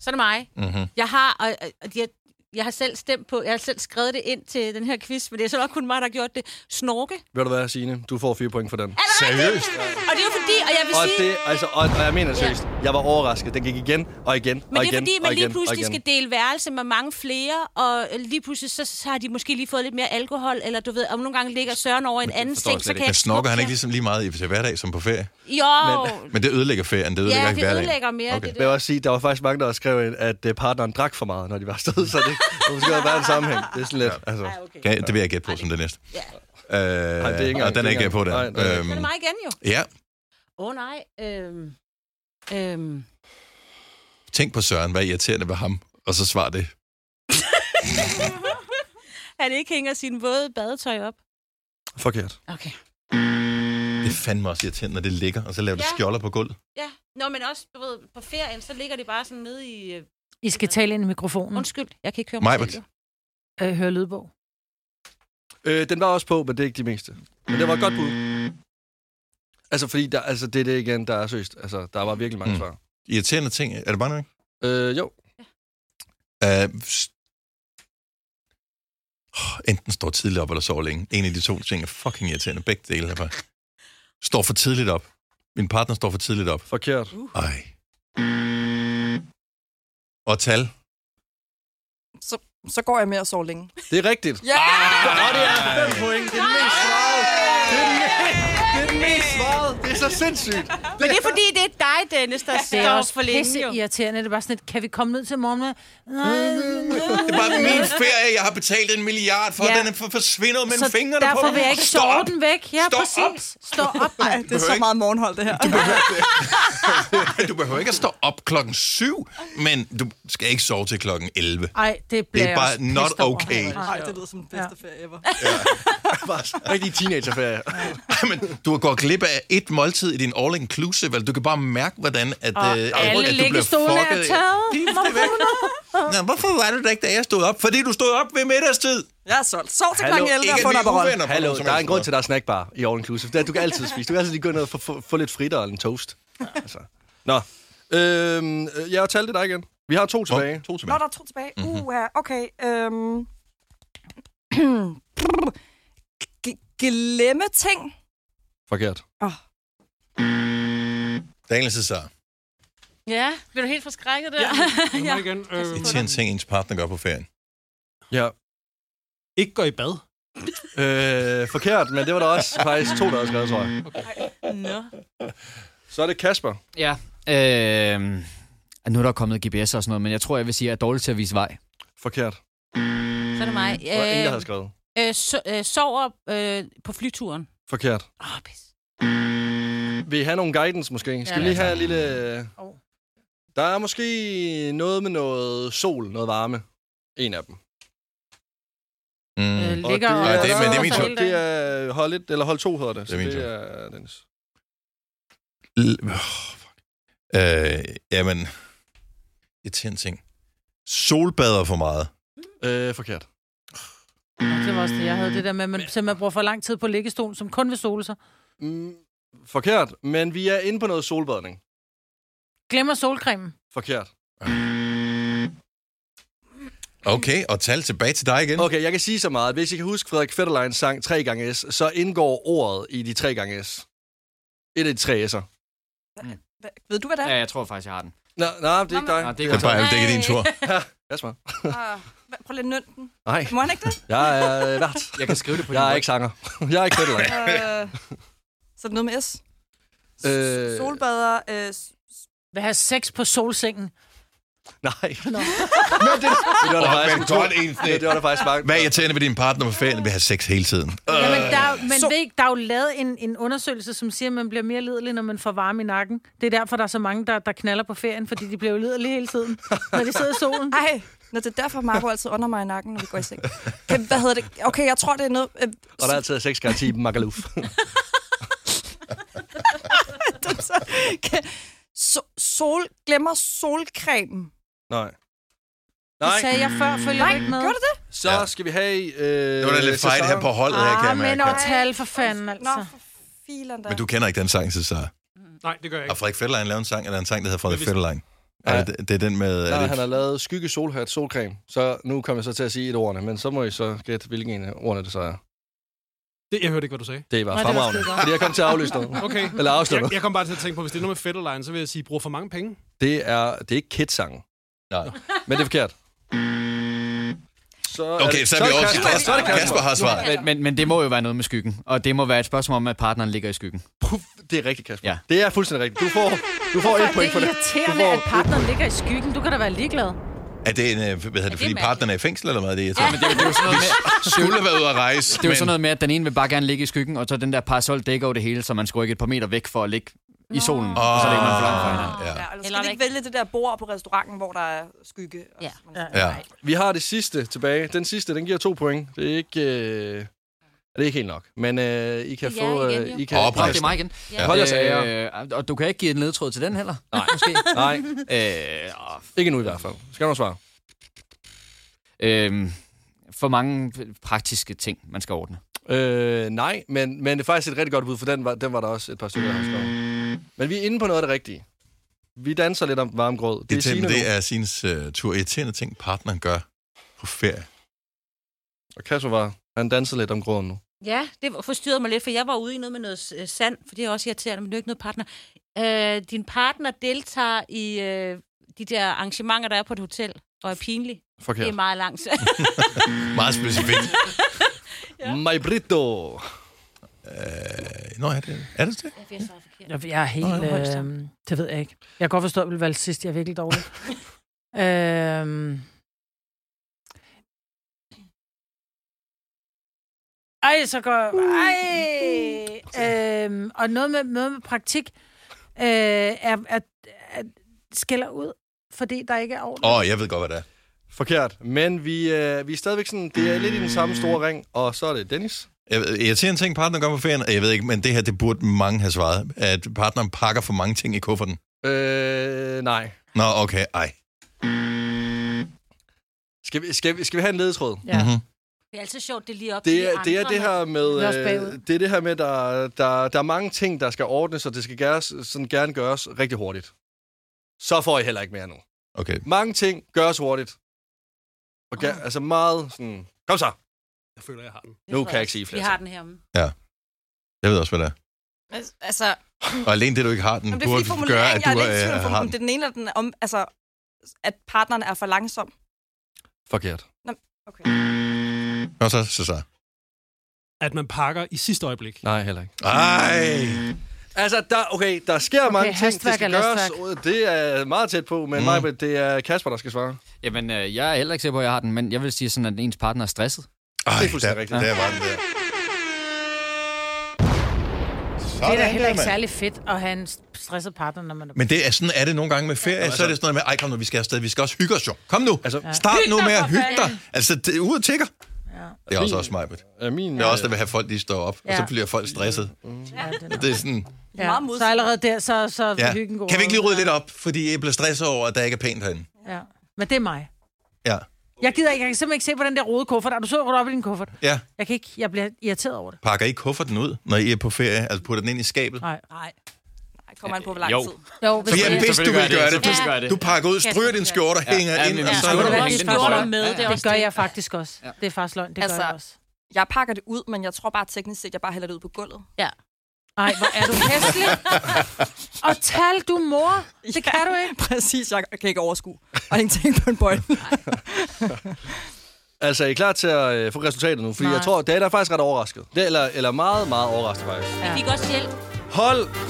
[SPEAKER 4] Så er det mig.
[SPEAKER 1] Mm-hmm.
[SPEAKER 4] Jeg har, og, og- og jeg, jeg har selv stemt på, jeg har selv skrevet det ind til den her quiz, men det er så nok kun mig, der har gjort det. Snorke. Er
[SPEAKER 2] Ved du hvad, Signe? Du får fire point for den.
[SPEAKER 4] det
[SPEAKER 1] Seriøst?
[SPEAKER 4] rigtigt? Og det er jo fordi, og jeg vil
[SPEAKER 2] Og,
[SPEAKER 4] sige...
[SPEAKER 2] det, altså, og, og jeg mener seriøst, jeg var overrasket. Den gik igen og igen
[SPEAKER 4] Men
[SPEAKER 2] og
[SPEAKER 4] det er
[SPEAKER 2] igen
[SPEAKER 4] fordi,
[SPEAKER 2] og
[SPEAKER 4] man
[SPEAKER 2] igen
[SPEAKER 4] lige pludselig
[SPEAKER 2] og igen.
[SPEAKER 4] skal dele værelse med mange flere, og lige pludselig så, så har de måske lige fået lidt mere alkohol, eller du ved, om nogle gange ligger Søren over en anden
[SPEAKER 2] forstår jeg
[SPEAKER 4] seng,
[SPEAKER 2] slet
[SPEAKER 4] så
[SPEAKER 2] ikke.
[SPEAKER 4] kan
[SPEAKER 1] Men
[SPEAKER 4] jeg
[SPEAKER 1] snokker han
[SPEAKER 4] snuppe
[SPEAKER 1] ikke ligesom lige meget i til hverdag som på ferie?
[SPEAKER 4] til- Jo,
[SPEAKER 1] Men det ødelægger ferien, det ødelægger
[SPEAKER 4] ja,
[SPEAKER 1] ikke
[SPEAKER 4] det
[SPEAKER 1] hverdagen.
[SPEAKER 4] ødelægger mere.
[SPEAKER 1] Okay.
[SPEAKER 4] Okay. Det
[SPEAKER 2] Men jeg vil
[SPEAKER 4] der.
[SPEAKER 2] også sige, der var faktisk mange, der skrev, ind, at øh, partneren drak for meget, når de var afsted, så det det måske have været en sammenhæng. Det er sådan lidt, altså...
[SPEAKER 4] Ej, okay.
[SPEAKER 1] Ja, det vil jeg gætte på som det næste.
[SPEAKER 4] Ja.
[SPEAKER 1] Øh,
[SPEAKER 2] det er ikke engang-
[SPEAKER 1] og den er
[SPEAKER 2] det er
[SPEAKER 1] ikke jeg på,
[SPEAKER 2] ikke
[SPEAKER 1] der.
[SPEAKER 2] engang- nej, det er
[SPEAKER 4] Så er det
[SPEAKER 1] Øhm,
[SPEAKER 4] mig igen jo.
[SPEAKER 1] ja,
[SPEAKER 4] Åh oh, nej. Øhm, øhm,
[SPEAKER 1] tænk på Søren, hvad er irriterende ved ham, og så svar det.
[SPEAKER 4] han ikke hænger sin våde badetøj op.
[SPEAKER 2] Forkert.
[SPEAKER 4] Okay.
[SPEAKER 1] Det er fandme også irriterende, når det ligger, og så laver det
[SPEAKER 4] Ja.
[SPEAKER 1] skjolder på gulvet.
[SPEAKER 4] Ja, Nå, men også du ved, på ferien, så ligger det bare sådan nede i... Øh,
[SPEAKER 7] I skal tale ind i mikrofonen.
[SPEAKER 4] undskyld, jeg kan ikke høre
[SPEAKER 1] Majbert.
[SPEAKER 4] mig selv. jo.
[SPEAKER 7] Øh, hør lydbog.
[SPEAKER 2] Øh, den var også på, men det er ikke de meste. Men det var et godt bud. Altså, fordi der, altså, det er det igen, der er søst. Altså, der var virkelig mange
[SPEAKER 1] Mm.
[SPEAKER 2] mm. svar.
[SPEAKER 1] Irriterende ting, er det bare noget, ikke?
[SPEAKER 2] Øh, jo.
[SPEAKER 1] Øh, s- Åh, enten står tidligt op, eller sover længe. En af de to ting er fucking irriterende. Begge dele er bare... Står for tidligt op. Min partner står for tidligt op.
[SPEAKER 2] Forkert.
[SPEAKER 4] Uh.
[SPEAKER 1] Ej. Og tal.
[SPEAKER 3] Så, så går jeg med og sover længe.
[SPEAKER 2] Det er rigtigt.
[SPEAKER 3] Ja!
[SPEAKER 1] Ah!
[SPEAKER 2] Og det er 5 point. Det er den mest svarede. Det er den, det er den mest svarede. Det er så sindssygt.
[SPEAKER 4] Men det er fordi, det er dig, Dennis, der
[SPEAKER 7] Det er
[SPEAKER 4] står
[SPEAKER 7] også
[SPEAKER 4] for længe. Jo.
[SPEAKER 7] irriterende. Det er bare sådan et, kan vi komme ned til Øh, morgenmad?
[SPEAKER 1] Øh, Det er bare min ferie. Jeg har betalt en milliard for,
[SPEAKER 7] Ja.
[SPEAKER 1] ja. den er forsvinder mellem
[SPEAKER 7] Så
[SPEAKER 1] fingrene på
[SPEAKER 7] derfor
[SPEAKER 1] mig.
[SPEAKER 7] vil jeg ikke
[SPEAKER 1] Stå
[SPEAKER 7] sove
[SPEAKER 1] op.
[SPEAKER 7] den væk. Ja,
[SPEAKER 1] Stå
[SPEAKER 7] præcis. Stå op,
[SPEAKER 3] Ej,
[SPEAKER 7] mand.
[SPEAKER 3] det er så
[SPEAKER 1] ikke-
[SPEAKER 3] meget morgenhold, det her.
[SPEAKER 1] Du behøver ikke at stå op klokken 7, men du skal ikke sove til klokken 11.
[SPEAKER 7] Ej, det
[SPEAKER 1] Det
[SPEAKER 7] bliver
[SPEAKER 1] er
[SPEAKER 7] jeg
[SPEAKER 1] bare
[SPEAKER 7] også
[SPEAKER 1] not
[SPEAKER 7] pissed over.
[SPEAKER 1] okay.
[SPEAKER 3] Nej, det lyder som den bedste ferie ever.
[SPEAKER 2] Rigtig teenagerferie.
[SPEAKER 1] Men du har gået glip af et måltid i din all-inclusive, eller du kan bare mærke, hvordan at, øh, at, at
[SPEAKER 7] Alle
[SPEAKER 1] du
[SPEAKER 7] liggestolene er
[SPEAKER 1] fucket.
[SPEAKER 7] taget.
[SPEAKER 1] De er væk. Nå, hvorfor var du der ikke, da jeg stod op? Fordi du stod op ved middagstid.
[SPEAKER 3] Jeg er solgt. Sov til
[SPEAKER 2] Hallo,
[SPEAKER 3] klokken 11 og
[SPEAKER 1] Ikke
[SPEAKER 3] få
[SPEAKER 1] at vi
[SPEAKER 3] en
[SPEAKER 1] er
[SPEAKER 3] Aperol.
[SPEAKER 1] uvenner på
[SPEAKER 2] Hallo,
[SPEAKER 1] nogen som
[SPEAKER 2] der er en
[SPEAKER 1] helst
[SPEAKER 2] grund
[SPEAKER 1] måde.
[SPEAKER 2] til, at der er snackbar i All Inclusive. Der, du kan altid spise. Du kan altid lige gå ned og få, få, få lidt fritter eller en toast. Altså. Nå. Øhm, øh, jeg har talt det dig igen. Vi har to
[SPEAKER 1] Nå,
[SPEAKER 2] tilbage.
[SPEAKER 1] To
[SPEAKER 3] Nå,
[SPEAKER 1] tilbage.
[SPEAKER 3] der er to tilbage. Uh, okay. Øhm. G- glemme ting.
[SPEAKER 2] Forkert.
[SPEAKER 3] Oh,
[SPEAKER 1] Daniel så.
[SPEAKER 4] Ja, bliver du helt forskrækket der?
[SPEAKER 5] Ja, ja.
[SPEAKER 4] ja.
[SPEAKER 5] igen.
[SPEAKER 1] Det
[SPEAKER 5] Øh,
[SPEAKER 1] er en ting, ens partner gør på ferien.
[SPEAKER 2] Ja.
[SPEAKER 5] ikke går i bad.
[SPEAKER 2] Øh, forkert, men det var der også faktisk to, der havde skrevet, tror jeg.
[SPEAKER 4] Nå.
[SPEAKER 2] Så er det Kasper.
[SPEAKER 6] Ja. Øh, nu er der kommet GPS og sådan noget, men jeg tror, jeg vil sige, at jeg er dårlig til at vise vej.
[SPEAKER 2] Forkert.
[SPEAKER 4] Så er det mig.
[SPEAKER 2] Der var ingen, der
[SPEAKER 4] Øh,
[SPEAKER 2] havde skrevet.
[SPEAKER 4] øh, so, øh, sover øh, på flyturen.
[SPEAKER 2] Forkert.
[SPEAKER 4] Åh, oh, pis.
[SPEAKER 2] Vil I have nogle guidance, måske? Skal vi lige have en lille... Der er måske noget med noget sol, noget varme. En af dem.
[SPEAKER 1] Mm.
[SPEAKER 7] Øh,
[SPEAKER 2] Og
[SPEAKER 7] ligger og...
[SPEAKER 1] Ej, det er- men det er min tur.
[SPEAKER 2] Det er hold 1, eller hold 2 hedder det.
[SPEAKER 1] Det er min tur.
[SPEAKER 2] det er Dennis.
[SPEAKER 1] L- oh, fuck. Øh, jamen, irriterende ting. Solbader for meget.
[SPEAKER 2] Øh, forkert.
[SPEAKER 7] Det var også det, jeg havde det der med, at man simpelthen bruger for lang tid på liggestolen, som kun vil sole sig.
[SPEAKER 2] Mm, forkert, men vi er inde på noget solbadning.
[SPEAKER 7] Glemmer solcremen.
[SPEAKER 2] Forkert.
[SPEAKER 1] Okay, og tal tilbage til dig igen.
[SPEAKER 2] Okay, jeg kan sige så meget. Hvis I kan huske Frederik Fetterleins sang 3 gange S, så indgår ordet i de 3 gange S. Et af de tre S'er.
[SPEAKER 3] hva- ved du, hvad det er?
[SPEAKER 6] Ja, jeg tror faktisk, jeg har den.
[SPEAKER 2] Nej, nej, det er ikke dig.
[SPEAKER 6] Nå, det
[SPEAKER 1] Det er bare, det er ikke
[SPEAKER 4] Nej.
[SPEAKER 1] din tur.
[SPEAKER 2] Kasper.
[SPEAKER 3] Ah, hva- Prøv lige at nynde den.
[SPEAKER 2] Nej,
[SPEAKER 3] Må han ikke det?
[SPEAKER 2] jeg er øh, vært.
[SPEAKER 6] Jeg kan skrive det på
[SPEAKER 2] Jeg er
[SPEAKER 6] din
[SPEAKER 2] ikke sanger. Jeg er ikke Fetterlein.
[SPEAKER 3] Øh, så er det noget med S. S-
[SPEAKER 2] Øh.
[SPEAKER 3] Solbader. Øh, s-
[SPEAKER 7] Vil have sex på solsengen.
[SPEAKER 2] Nej. Men det, det var der
[SPEAKER 1] Åh,
[SPEAKER 2] faktisk
[SPEAKER 1] men
[SPEAKER 2] to-
[SPEAKER 1] godt en
[SPEAKER 2] Ja,
[SPEAKER 1] sne.
[SPEAKER 2] det var der faktisk mange.
[SPEAKER 1] Hvad er irriterende ved din partner på ferien? Vi har sex hele tiden.
[SPEAKER 7] Øh, Jamen, der, er jo- men
[SPEAKER 3] sol-
[SPEAKER 7] ved ikke, der er jo lavet en, en undersøgelse, som siger, at man bliver mere lidelig, når man får varme i nakken. Det er derfor, der er så mange, der, der knaller på ferien, fordi de bliver jo lidelige hele tiden, når de sidder i solen.
[SPEAKER 3] ej, Nå, det er derfor, Marco altid under mig i nakken, når vi går i seng. Kan, hvad hedder det? Okay, jeg tror, det er noget... Øh,
[SPEAKER 2] Og der er altid sexgaranti i Magaluf.
[SPEAKER 3] så, kan, so, sol, glemmer solcremen.
[SPEAKER 2] Nej.
[SPEAKER 7] Det
[SPEAKER 2] Nej,
[SPEAKER 7] sagde jeg før, følger du ikke med.
[SPEAKER 3] Gjorde det det?
[SPEAKER 2] så
[SPEAKER 1] Ja.
[SPEAKER 2] skal vi have... Øh,
[SPEAKER 1] Det var da lidt fejl her på holdet, her, kan jeg
[SPEAKER 7] Ah, men og
[SPEAKER 1] mærke.
[SPEAKER 7] tal for fanden,
[SPEAKER 3] Nå,
[SPEAKER 7] altså.
[SPEAKER 3] for filen da.
[SPEAKER 1] Men du kender ikke den sang, så
[SPEAKER 5] Nej, det gør jeg
[SPEAKER 1] Har
[SPEAKER 5] ikke.
[SPEAKER 1] Frederik Fetterlein lavet en sang, eller en sang, der hedder Frederik
[SPEAKER 5] hvis-
[SPEAKER 1] Fetterlein? Er
[SPEAKER 2] Nej.
[SPEAKER 1] det, det er den med... Er
[SPEAKER 2] Nej,
[SPEAKER 1] det,
[SPEAKER 2] han har lavet skygge solhat solcreme. Så nu kommer jeg så til at sige et af ordene, men så må I så gætte, hvilken en af ordene det så er.
[SPEAKER 5] Det, jeg hørte ikke, hvad du sagde.
[SPEAKER 2] Det var
[SPEAKER 7] Nej, det var
[SPEAKER 2] fremragende.
[SPEAKER 7] skide godt.
[SPEAKER 2] Fordi jeg kom til at aflyse noget.
[SPEAKER 5] Okay.
[SPEAKER 2] Eller afsløre
[SPEAKER 5] Jeg,
[SPEAKER 2] noget.
[SPEAKER 5] jeg kom bare til at tænke på, hvis det er noget med Fetterline, så vil jeg sige, brug for mange penge.
[SPEAKER 2] Det er, det er ikke kidsangen.
[SPEAKER 1] Nej.
[SPEAKER 2] Men det er forkert. Så
[SPEAKER 1] okay, så er vi over til
[SPEAKER 2] Kasper. Så
[SPEAKER 1] Kasper.
[SPEAKER 2] er det Kasper.
[SPEAKER 1] Kasper har svaret.
[SPEAKER 6] Men, men, men det må jo være noget med skyggen. Og det må være et spørgsmål om, at partneren ligger i skyggen.
[SPEAKER 2] Puff, det er rigtigt, Kasper.
[SPEAKER 6] Ja.
[SPEAKER 2] Det er fuldstændig rigtigt. Du får, du får et
[SPEAKER 7] Det
[SPEAKER 2] point for
[SPEAKER 7] er
[SPEAKER 2] det.
[SPEAKER 7] irriterende,
[SPEAKER 2] Du får-
[SPEAKER 7] at partneren ligger i skyggen. Du kan da være ligeglad.
[SPEAKER 1] Er det en... øh, Hvad hedder det? Fordi
[SPEAKER 4] mærkeligt?
[SPEAKER 1] partnerne er i fængsel, eller hvad? Det er ja,
[SPEAKER 6] Men det er, jo- det er jo sådan noget med,
[SPEAKER 1] skulle have været ude at rejse,
[SPEAKER 6] det er jo sådan noget med, at den ene vil bare gerne ligge i skyggen, og så den der parasol dækker over det hele, så man skal rykke et par meter væk for at ligge i solen. Og så ligger man for langt fra
[SPEAKER 1] Ja.
[SPEAKER 6] hinanden.
[SPEAKER 3] Ja, eller
[SPEAKER 4] Eller
[SPEAKER 3] skal Eller vi
[SPEAKER 4] væk.
[SPEAKER 3] ikke vælge det der bord på restauranten, hvor der er skygge? og
[SPEAKER 4] Ja.
[SPEAKER 3] sådan noget?
[SPEAKER 1] Ja.
[SPEAKER 2] Vi har det sidste tilbage. Den sidste, den giver to point. Det er ikke... Øh... Det er ikke helt nok. Men øh, I kan
[SPEAKER 4] Det er jer
[SPEAKER 2] få...
[SPEAKER 4] igen, jo.
[SPEAKER 2] Øh, I kan,
[SPEAKER 1] Åh,
[SPEAKER 6] Nå, det er mig igen.
[SPEAKER 4] Ja.
[SPEAKER 2] Hold jeres ære.
[SPEAKER 6] Øh, og du kan ikke give en ledtråd til den heller?
[SPEAKER 2] Nej.
[SPEAKER 6] Måske.
[SPEAKER 2] Nej,
[SPEAKER 6] Øh, åh,
[SPEAKER 2] ikke nu i hvert fald. Skal du svare?
[SPEAKER 6] øh, for mange praktiske ting, man skal ordne.
[SPEAKER 2] Øh, nej, men, men det er faktisk et rigtig godt bud, for den var, den var der også et par stykker, der havde skrevet. Men vi er inde på noget af det rigtige. Vi danser lidt om varm grød. Det,
[SPEAKER 1] Det,
[SPEAKER 2] er
[SPEAKER 1] det,
[SPEAKER 2] Signe
[SPEAKER 1] er, det
[SPEAKER 2] nu,
[SPEAKER 1] er Sines uh, tur. Irriterende ting, partneren gør på ferie.
[SPEAKER 2] og Kasper var, han danser lidt om gråden nu.
[SPEAKER 4] Ja, det forstyrrede mig lidt, for jeg var ude i noget med noget øh, sand, for det er også irriterende, men det er jo ikke noget partner. Øh, din partner deltager i øh, de der arrangementer, der er på et hotel, og er pinlig. Ja. Det
[SPEAKER 2] Forkert.
[SPEAKER 4] er meget langt.
[SPEAKER 1] Meget specifikt.
[SPEAKER 4] Ja.
[SPEAKER 2] My Brito.
[SPEAKER 1] uh, nå, er det, er det det?
[SPEAKER 7] Jeg, jeg er helt...
[SPEAKER 1] Nå,
[SPEAKER 7] Øh, det ved jeg ikke. Jeg kan godt forstå, at jeg valgte sidst. Jeg er virkelig dårlig. øhm. Ej, så går... Ej! Øhm, og noget med, noget med praktik øh, er, er, er, skælder ud, fordi der ikke er ordentligt.
[SPEAKER 1] Åh, oh, jeg ved godt, hvad det er.
[SPEAKER 2] Forkert. Men vi, øh, vi er stadigvæk sådan, det er lidt i den samme store ring, og så er det Dennis.
[SPEAKER 1] Jeg ved, irriterende ting, partneren gør på ferien. Jeg ved ikke, men det her, det burde mange have svaret. At partneren pakker for mange ting i kufferten.
[SPEAKER 2] Øh, nej.
[SPEAKER 1] Nå, okay, ej.
[SPEAKER 2] Skal vi, skal, vi, skal vi have en ledetråd?
[SPEAKER 1] Ja. Mm-hmm.
[SPEAKER 4] Det er altid sjovt, det er lige op til
[SPEAKER 2] Det
[SPEAKER 4] de
[SPEAKER 2] er, det er
[SPEAKER 4] andre,
[SPEAKER 2] det her
[SPEAKER 7] Vi er
[SPEAKER 2] med,
[SPEAKER 7] også bagud.
[SPEAKER 2] øh, det er det her med, der, der, der er mange ting, der skal ordnes, og det skal gøres, sådan gerne gøres rigtig hurtigt. Så får I heller ikke mere nu.
[SPEAKER 1] Okay.
[SPEAKER 2] Mange ting gøres hurtigt. Og gør, Altså meget sådan, kom så,
[SPEAKER 5] Jeg føler, jeg har den.
[SPEAKER 4] men
[SPEAKER 2] nu
[SPEAKER 4] tror
[SPEAKER 2] kan jeg
[SPEAKER 4] jeg
[SPEAKER 2] ikke sige
[SPEAKER 4] Vi
[SPEAKER 2] flere
[SPEAKER 4] har
[SPEAKER 2] ting.
[SPEAKER 4] den heromme.
[SPEAKER 1] Jeg ved også, hvad det er.
[SPEAKER 3] Altså, altså
[SPEAKER 1] Og alene det, du ikke har den,
[SPEAKER 3] Jamen, det er
[SPEAKER 1] burde
[SPEAKER 3] fordi
[SPEAKER 1] gøre,
[SPEAKER 3] formuleringen,
[SPEAKER 1] at
[SPEAKER 3] jeg
[SPEAKER 1] du
[SPEAKER 3] er lidt i tvivl om
[SPEAKER 1] øh, har den.
[SPEAKER 3] formuleringen. Det er den ene eller den om, altså, at partneren er for langsom.
[SPEAKER 2] Forkert.
[SPEAKER 3] Okay.
[SPEAKER 1] Nå, så, så, så.
[SPEAKER 5] At man pakker i sidste øjeblik.
[SPEAKER 2] Nej, heller ikke.
[SPEAKER 1] Ej!
[SPEAKER 2] Altså, der, okay, der sker okay, mange ting, der
[SPEAKER 7] hastværk
[SPEAKER 2] skal
[SPEAKER 7] er
[SPEAKER 2] gøres.
[SPEAKER 7] lastværk.
[SPEAKER 2] og Det er meget tæt på, men
[SPEAKER 1] Mm.
[SPEAKER 2] mm. det er Kasper, der skal svare.
[SPEAKER 6] Jamen, øh, jeg er heller ikke sikker på, at jeg har den, men jeg vil sige sådan, at ens partner er stresset.
[SPEAKER 1] Ej,
[SPEAKER 2] Det er fuldstændig rigtigt.
[SPEAKER 1] Der var den der. Sådan,
[SPEAKER 7] Det er da heller ikke
[SPEAKER 1] mand.
[SPEAKER 7] særlig fedt at have en stresset partner, når man er...
[SPEAKER 1] Men det er sådan er det nogle gange med ferie, så er det sådan noget med, ej kom nu, vi skal afsted, vi skal også hygge os jo. Kom nu,
[SPEAKER 2] Altså,
[SPEAKER 1] ja. start nu med at hygge dig. Altså, det er ude og tigger.
[SPEAKER 7] Ja.
[SPEAKER 1] Det er også også mig, Det
[SPEAKER 2] Øh, min,
[SPEAKER 1] er også, der vil have folk lige stå op, og
[SPEAKER 7] Ja.
[SPEAKER 1] så bliver folk stresset.
[SPEAKER 7] Ja, den
[SPEAKER 1] Det er sådan,
[SPEAKER 3] Ja. Meget
[SPEAKER 7] Så
[SPEAKER 3] modsat.
[SPEAKER 7] allerede der, så, så
[SPEAKER 1] ja.
[SPEAKER 7] ja. hyggen går.
[SPEAKER 1] Kan vi ikke lige rydde lidt op, fordi jeg bliver stresset over, at der ikke er pænt herinde.
[SPEAKER 7] Ja. Men det er mig.
[SPEAKER 1] Ja,
[SPEAKER 7] Jeg gider ikke, jeg kan simpelthen ikke se på den der røde kuffert. Er du så ryddet op i din kuffert?
[SPEAKER 1] ja.
[SPEAKER 7] Jeg, kan ikke, jeg bliver irriteret over det.
[SPEAKER 1] Pakker I kufferten ud, når I er på ferie? Altså putter den ind i skabet?
[SPEAKER 7] Nej.
[SPEAKER 4] Nej.
[SPEAKER 3] Ej, kommer han på, hvor lang
[SPEAKER 6] Jo.
[SPEAKER 3] tid?
[SPEAKER 7] Jo, hvis
[SPEAKER 1] Fordi
[SPEAKER 7] jeg,
[SPEAKER 1] at hvis du vil gøre det,
[SPEAKER 6] selvfølgelig gør jeg
[SPEAKER 1] du, du pakker ud, stryger din skjorte, hænger
[SPEAKER 6] Ja, ja,
[SPEAKER 1] ind,
[SPEAKER 6] men
[SPEAKER 1] og
[SPEAKER 6] vi
[SPEAKER 1] så...
[SPEAKER 6] skal
[SPEAKER 4] du
[SPEAKER 6] jo
[SPEAKER 4] har
[SPEAKER 6] hænge
[SPEAKER 4] også
[SPEAKER 6] den på
[SPEAKER 4] skjorter
[SPEAKER 6] ryggen.
[SPEAKER 4] med, det er
[SPEAKER 7] det
[SPEAKER 4] også
[SPEAKER 7] gør
[SPEAKER 4] det.
[SPEAKER 7] jeg faktisk også.
[SPEAKER 6] Ja.
[SPEAKER 7] Ja. Det er faktisk løgn, det altså,
[SPEAKER 3] Altså-
[SPEAKER 7] gør jeg også.
[SPEAKER 3] Jeg pakker det ud, men jeg tror bare teknisk set, jeg bare hælder det ud på gulvet.
[SPEAKER 7] Ej, hvor er du hæslig. Og tal, du mor. Det kan du ikke.
[SPEAKER 3] Præcis, jeg kan ikke overskue. Og ingenting på en bøjle.
[SPEAKER 2] Altså, er I klar til at øh, få resultatet nu? Fordi Nej.
[SPEAKER 7] Nej.
[SPEAKER 2] jeg tror, Dana er faktisk ret overrasket. Det, eller, eller meget, meget overrasket faktisk.
[SPEAKER 4] Vi fik også hjælp.
[SPEAKER 2] Hold! Et. Signe,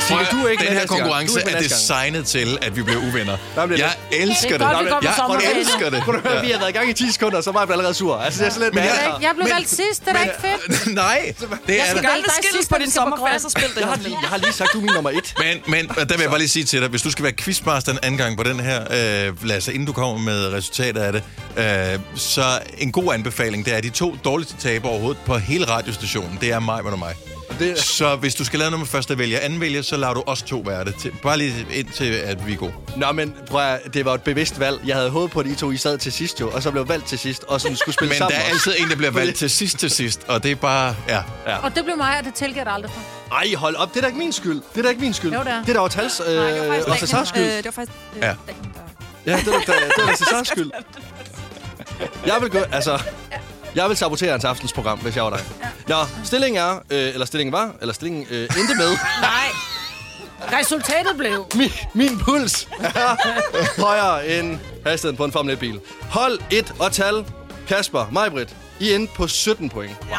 [SPEAKER 2] Signe, du er ikke
[SPEAKER 1] den her
[SPEAKER 2] med næste gang.
[SPEAKER 1] konkurrence
[SPEAKER 2] Du ikke med
[SPEAKER 1] er
[SPEAKER 2] næste gang.
[SPEAKER 1] designet til, at vi bliver uvenner.
[SPEAKER 2] Der bliver
[SPEAKER 1] Jeg elsker
[SPEAKER 7] Det er godt, vi
[SPEAKER 1] det.
[SPEAKER 7] går på
[SPEAKER 1] Jeg
[SPEAKER 7] sommerferie.
[SPEAKER 1] elsker det.
[SPEAKER 2] Prøv at høre, vi har været i gang i 10 sekunder, så var jeg allerede sur. Altså, det er slet
[SPEAKER 1] Men
[SPEAKER 2] ikke
[SPEAKER 1] jeg-
[SPEAKER 2] jeg,
[SPEAKER 7] Jeg blev
[SPEAKER 1] Men-
[SPEAKER 7] valgt sidst, det er da ikke fedt.
[SPEAKER 1] Nej, det er
[SPEAKER 7] skal
[SPEAKER 1] det.
[SPEAKER 3] Gør det
[SPEAKER 7] dig
[SPEAKER 3] skilles
[SPEAKER 7] sidst,
[SPEAKER 3] på
[SPEAKER 7] når
[SPEAKER 3] din
[SPEAKER 7] vi skal på
[SPEAKER 3] sommerferie,
[SPEAKER 7] grøn.
[SPEAKER 3] så spil det
[SPEAKER 2] jeg, har
[SPEAKER 3] her
[SPEAKER 2] lige,
[SPEAKER 3] spil.
[SPEAKER 2] jeg har lige sagt, du er min nummer et.
[SPEAKER 1] Men, men og der vil jeg bare lige sige til dig, hvis du skal være quizmasteren anden gang på den her, øh, Lasse, inden du kommer med resultatet af det, øh, så en god anbefaling, det er de to dårligste taber overhovedet på hele radiostationen. Det er mig og mig.
[SPEAKER 2] Og det,
[SPEAKER 1] Så hvis du skal lave noget med første vælger anden vælger, så lader du os to være det. Til, bare lige indtil, at vi er gode.
[SPEAKER 2] nå, men prøv at, høre, det var et bevidst valg. Jeg havde håbet på, at I to I sad til sidst jo, og så blev valgt til sidst, og sådan skulle spille
[SPEAKER 1] Men der
[SPEAKER 2] sammen
[SPEAKER 1] er
[SPEAKER 2] også.
[SPEAKER 1] altid en, der bliver valgt til sidst til sidst, og det er bare... Ja.
[SPEAKER 7] Og det blev mig, og det tilgiver jeg dig aldrig for.
[SPEAKER 2] Ej, hold op, det er da ikke min skyld. Det er da ikke min skyld.
[SPEAKER 7] Jo, det er.
[SPEAKER 2] Det er da Otals øh,
[SPEAKER 3] Nej, det var
[SPEAKER 2] og
[SPEAKER 3] faktisk
[SPEAKER 2] Cæsars skyld.
[SPEAKER 3] Daniel. Øh, det var faktisk øh,
[SPEAKER 1] Ja.
[SPEAKER 3] Daniel, der-
[SPEAKER 2] Ja, det er da- det er da Cæsars skyld. Jeg vil gå, altså... Jeg vil sabotere hans aftensprogram, hvis jeg var dig. Nå, stillingen er, øh, eller stillingen var, eller stillingen øh, endte med.
[SPEAKER 7] Nej. Resultatet blev...
[SPEAKER 2] Min, min puls er øh, højere end hastigheden på en Formel 1-bil. Hold 1 og tal. Kasper, Majbrit, I endte på 17 point.
[SPEAKER 1] Wow, det,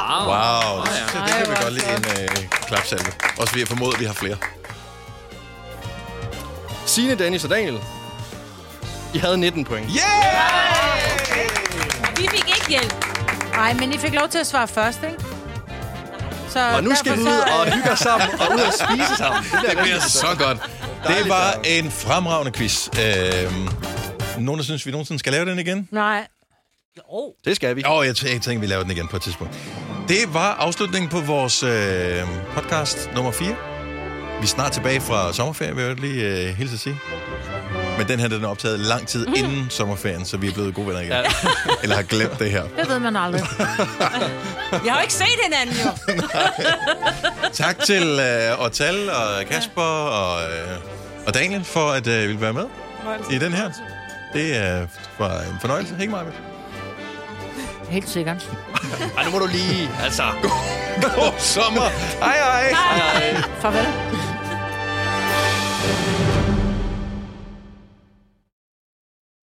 [SPEAKER 1] det, det kan vi godt lide en øh, klapsalve. Også vi har formodet, at vi har flere.
[SPEAKER 2] Signe, Dennis og Daniel, I havde 19 point.
[SPEAKER 1] Yeah!
[SPEAKER 4] Vi fik ikke hjælp.
[SPEAKER 7] Nej, men I fik lov til at svare først, ikke? Så
[SPEAKER 2] Og nu skal vi
[SPEAKER 7] derfor
[SPEAKER 2] ud
[SPEAKER 7] så-
[SPEAKER 2] og hygge os sammen og ud og spise sammen.
[SPEAKER 1] Det bliver så godt. Det
[SPEAKER 2] Dejligt,
[SPEAKER 1] var
[SPEAKER 2] dejligt.
[SPEAKER 1] en fremragende quiz. Øhm, nogen, der synes, vi nogensinde skal lave den igen?
[SPEAKER 7] Nej.
[SPEAKER 2] Det skal vi.
[SPEAKER 1] Åh, oh, jeg, tæ- jeg tænker, vi laver den igen på et tidspunkt. Det var afslutningen på vores øh, podcast nummer 4. Vi er snart tilbage fra sommerferie, vil jeg godt lige øh, hilse at sige. Men den her, den er optaget lang tid inden sommerferien, så vi er blevet gode venner igen. Eller har glemt det her.
[SPEAKER 7] Det ved man aldrig.
[SPEAKER 4] Vi har jo ikke set hinanden, jo.
[SPEAKER 1] Tak til øh, Ortal og Kasper og, øh, og Daniel for at øh, ville være med i den her. Det øh, var en fornøjelse. Ikke meget.
[SPEAKER 7] Helt sikkert.
[SPEAKER 2] Ej, nu må du lige, altså...
[SPEAKER 1] God sommer. Hej hej.
[SPEAKER 7] Farvel.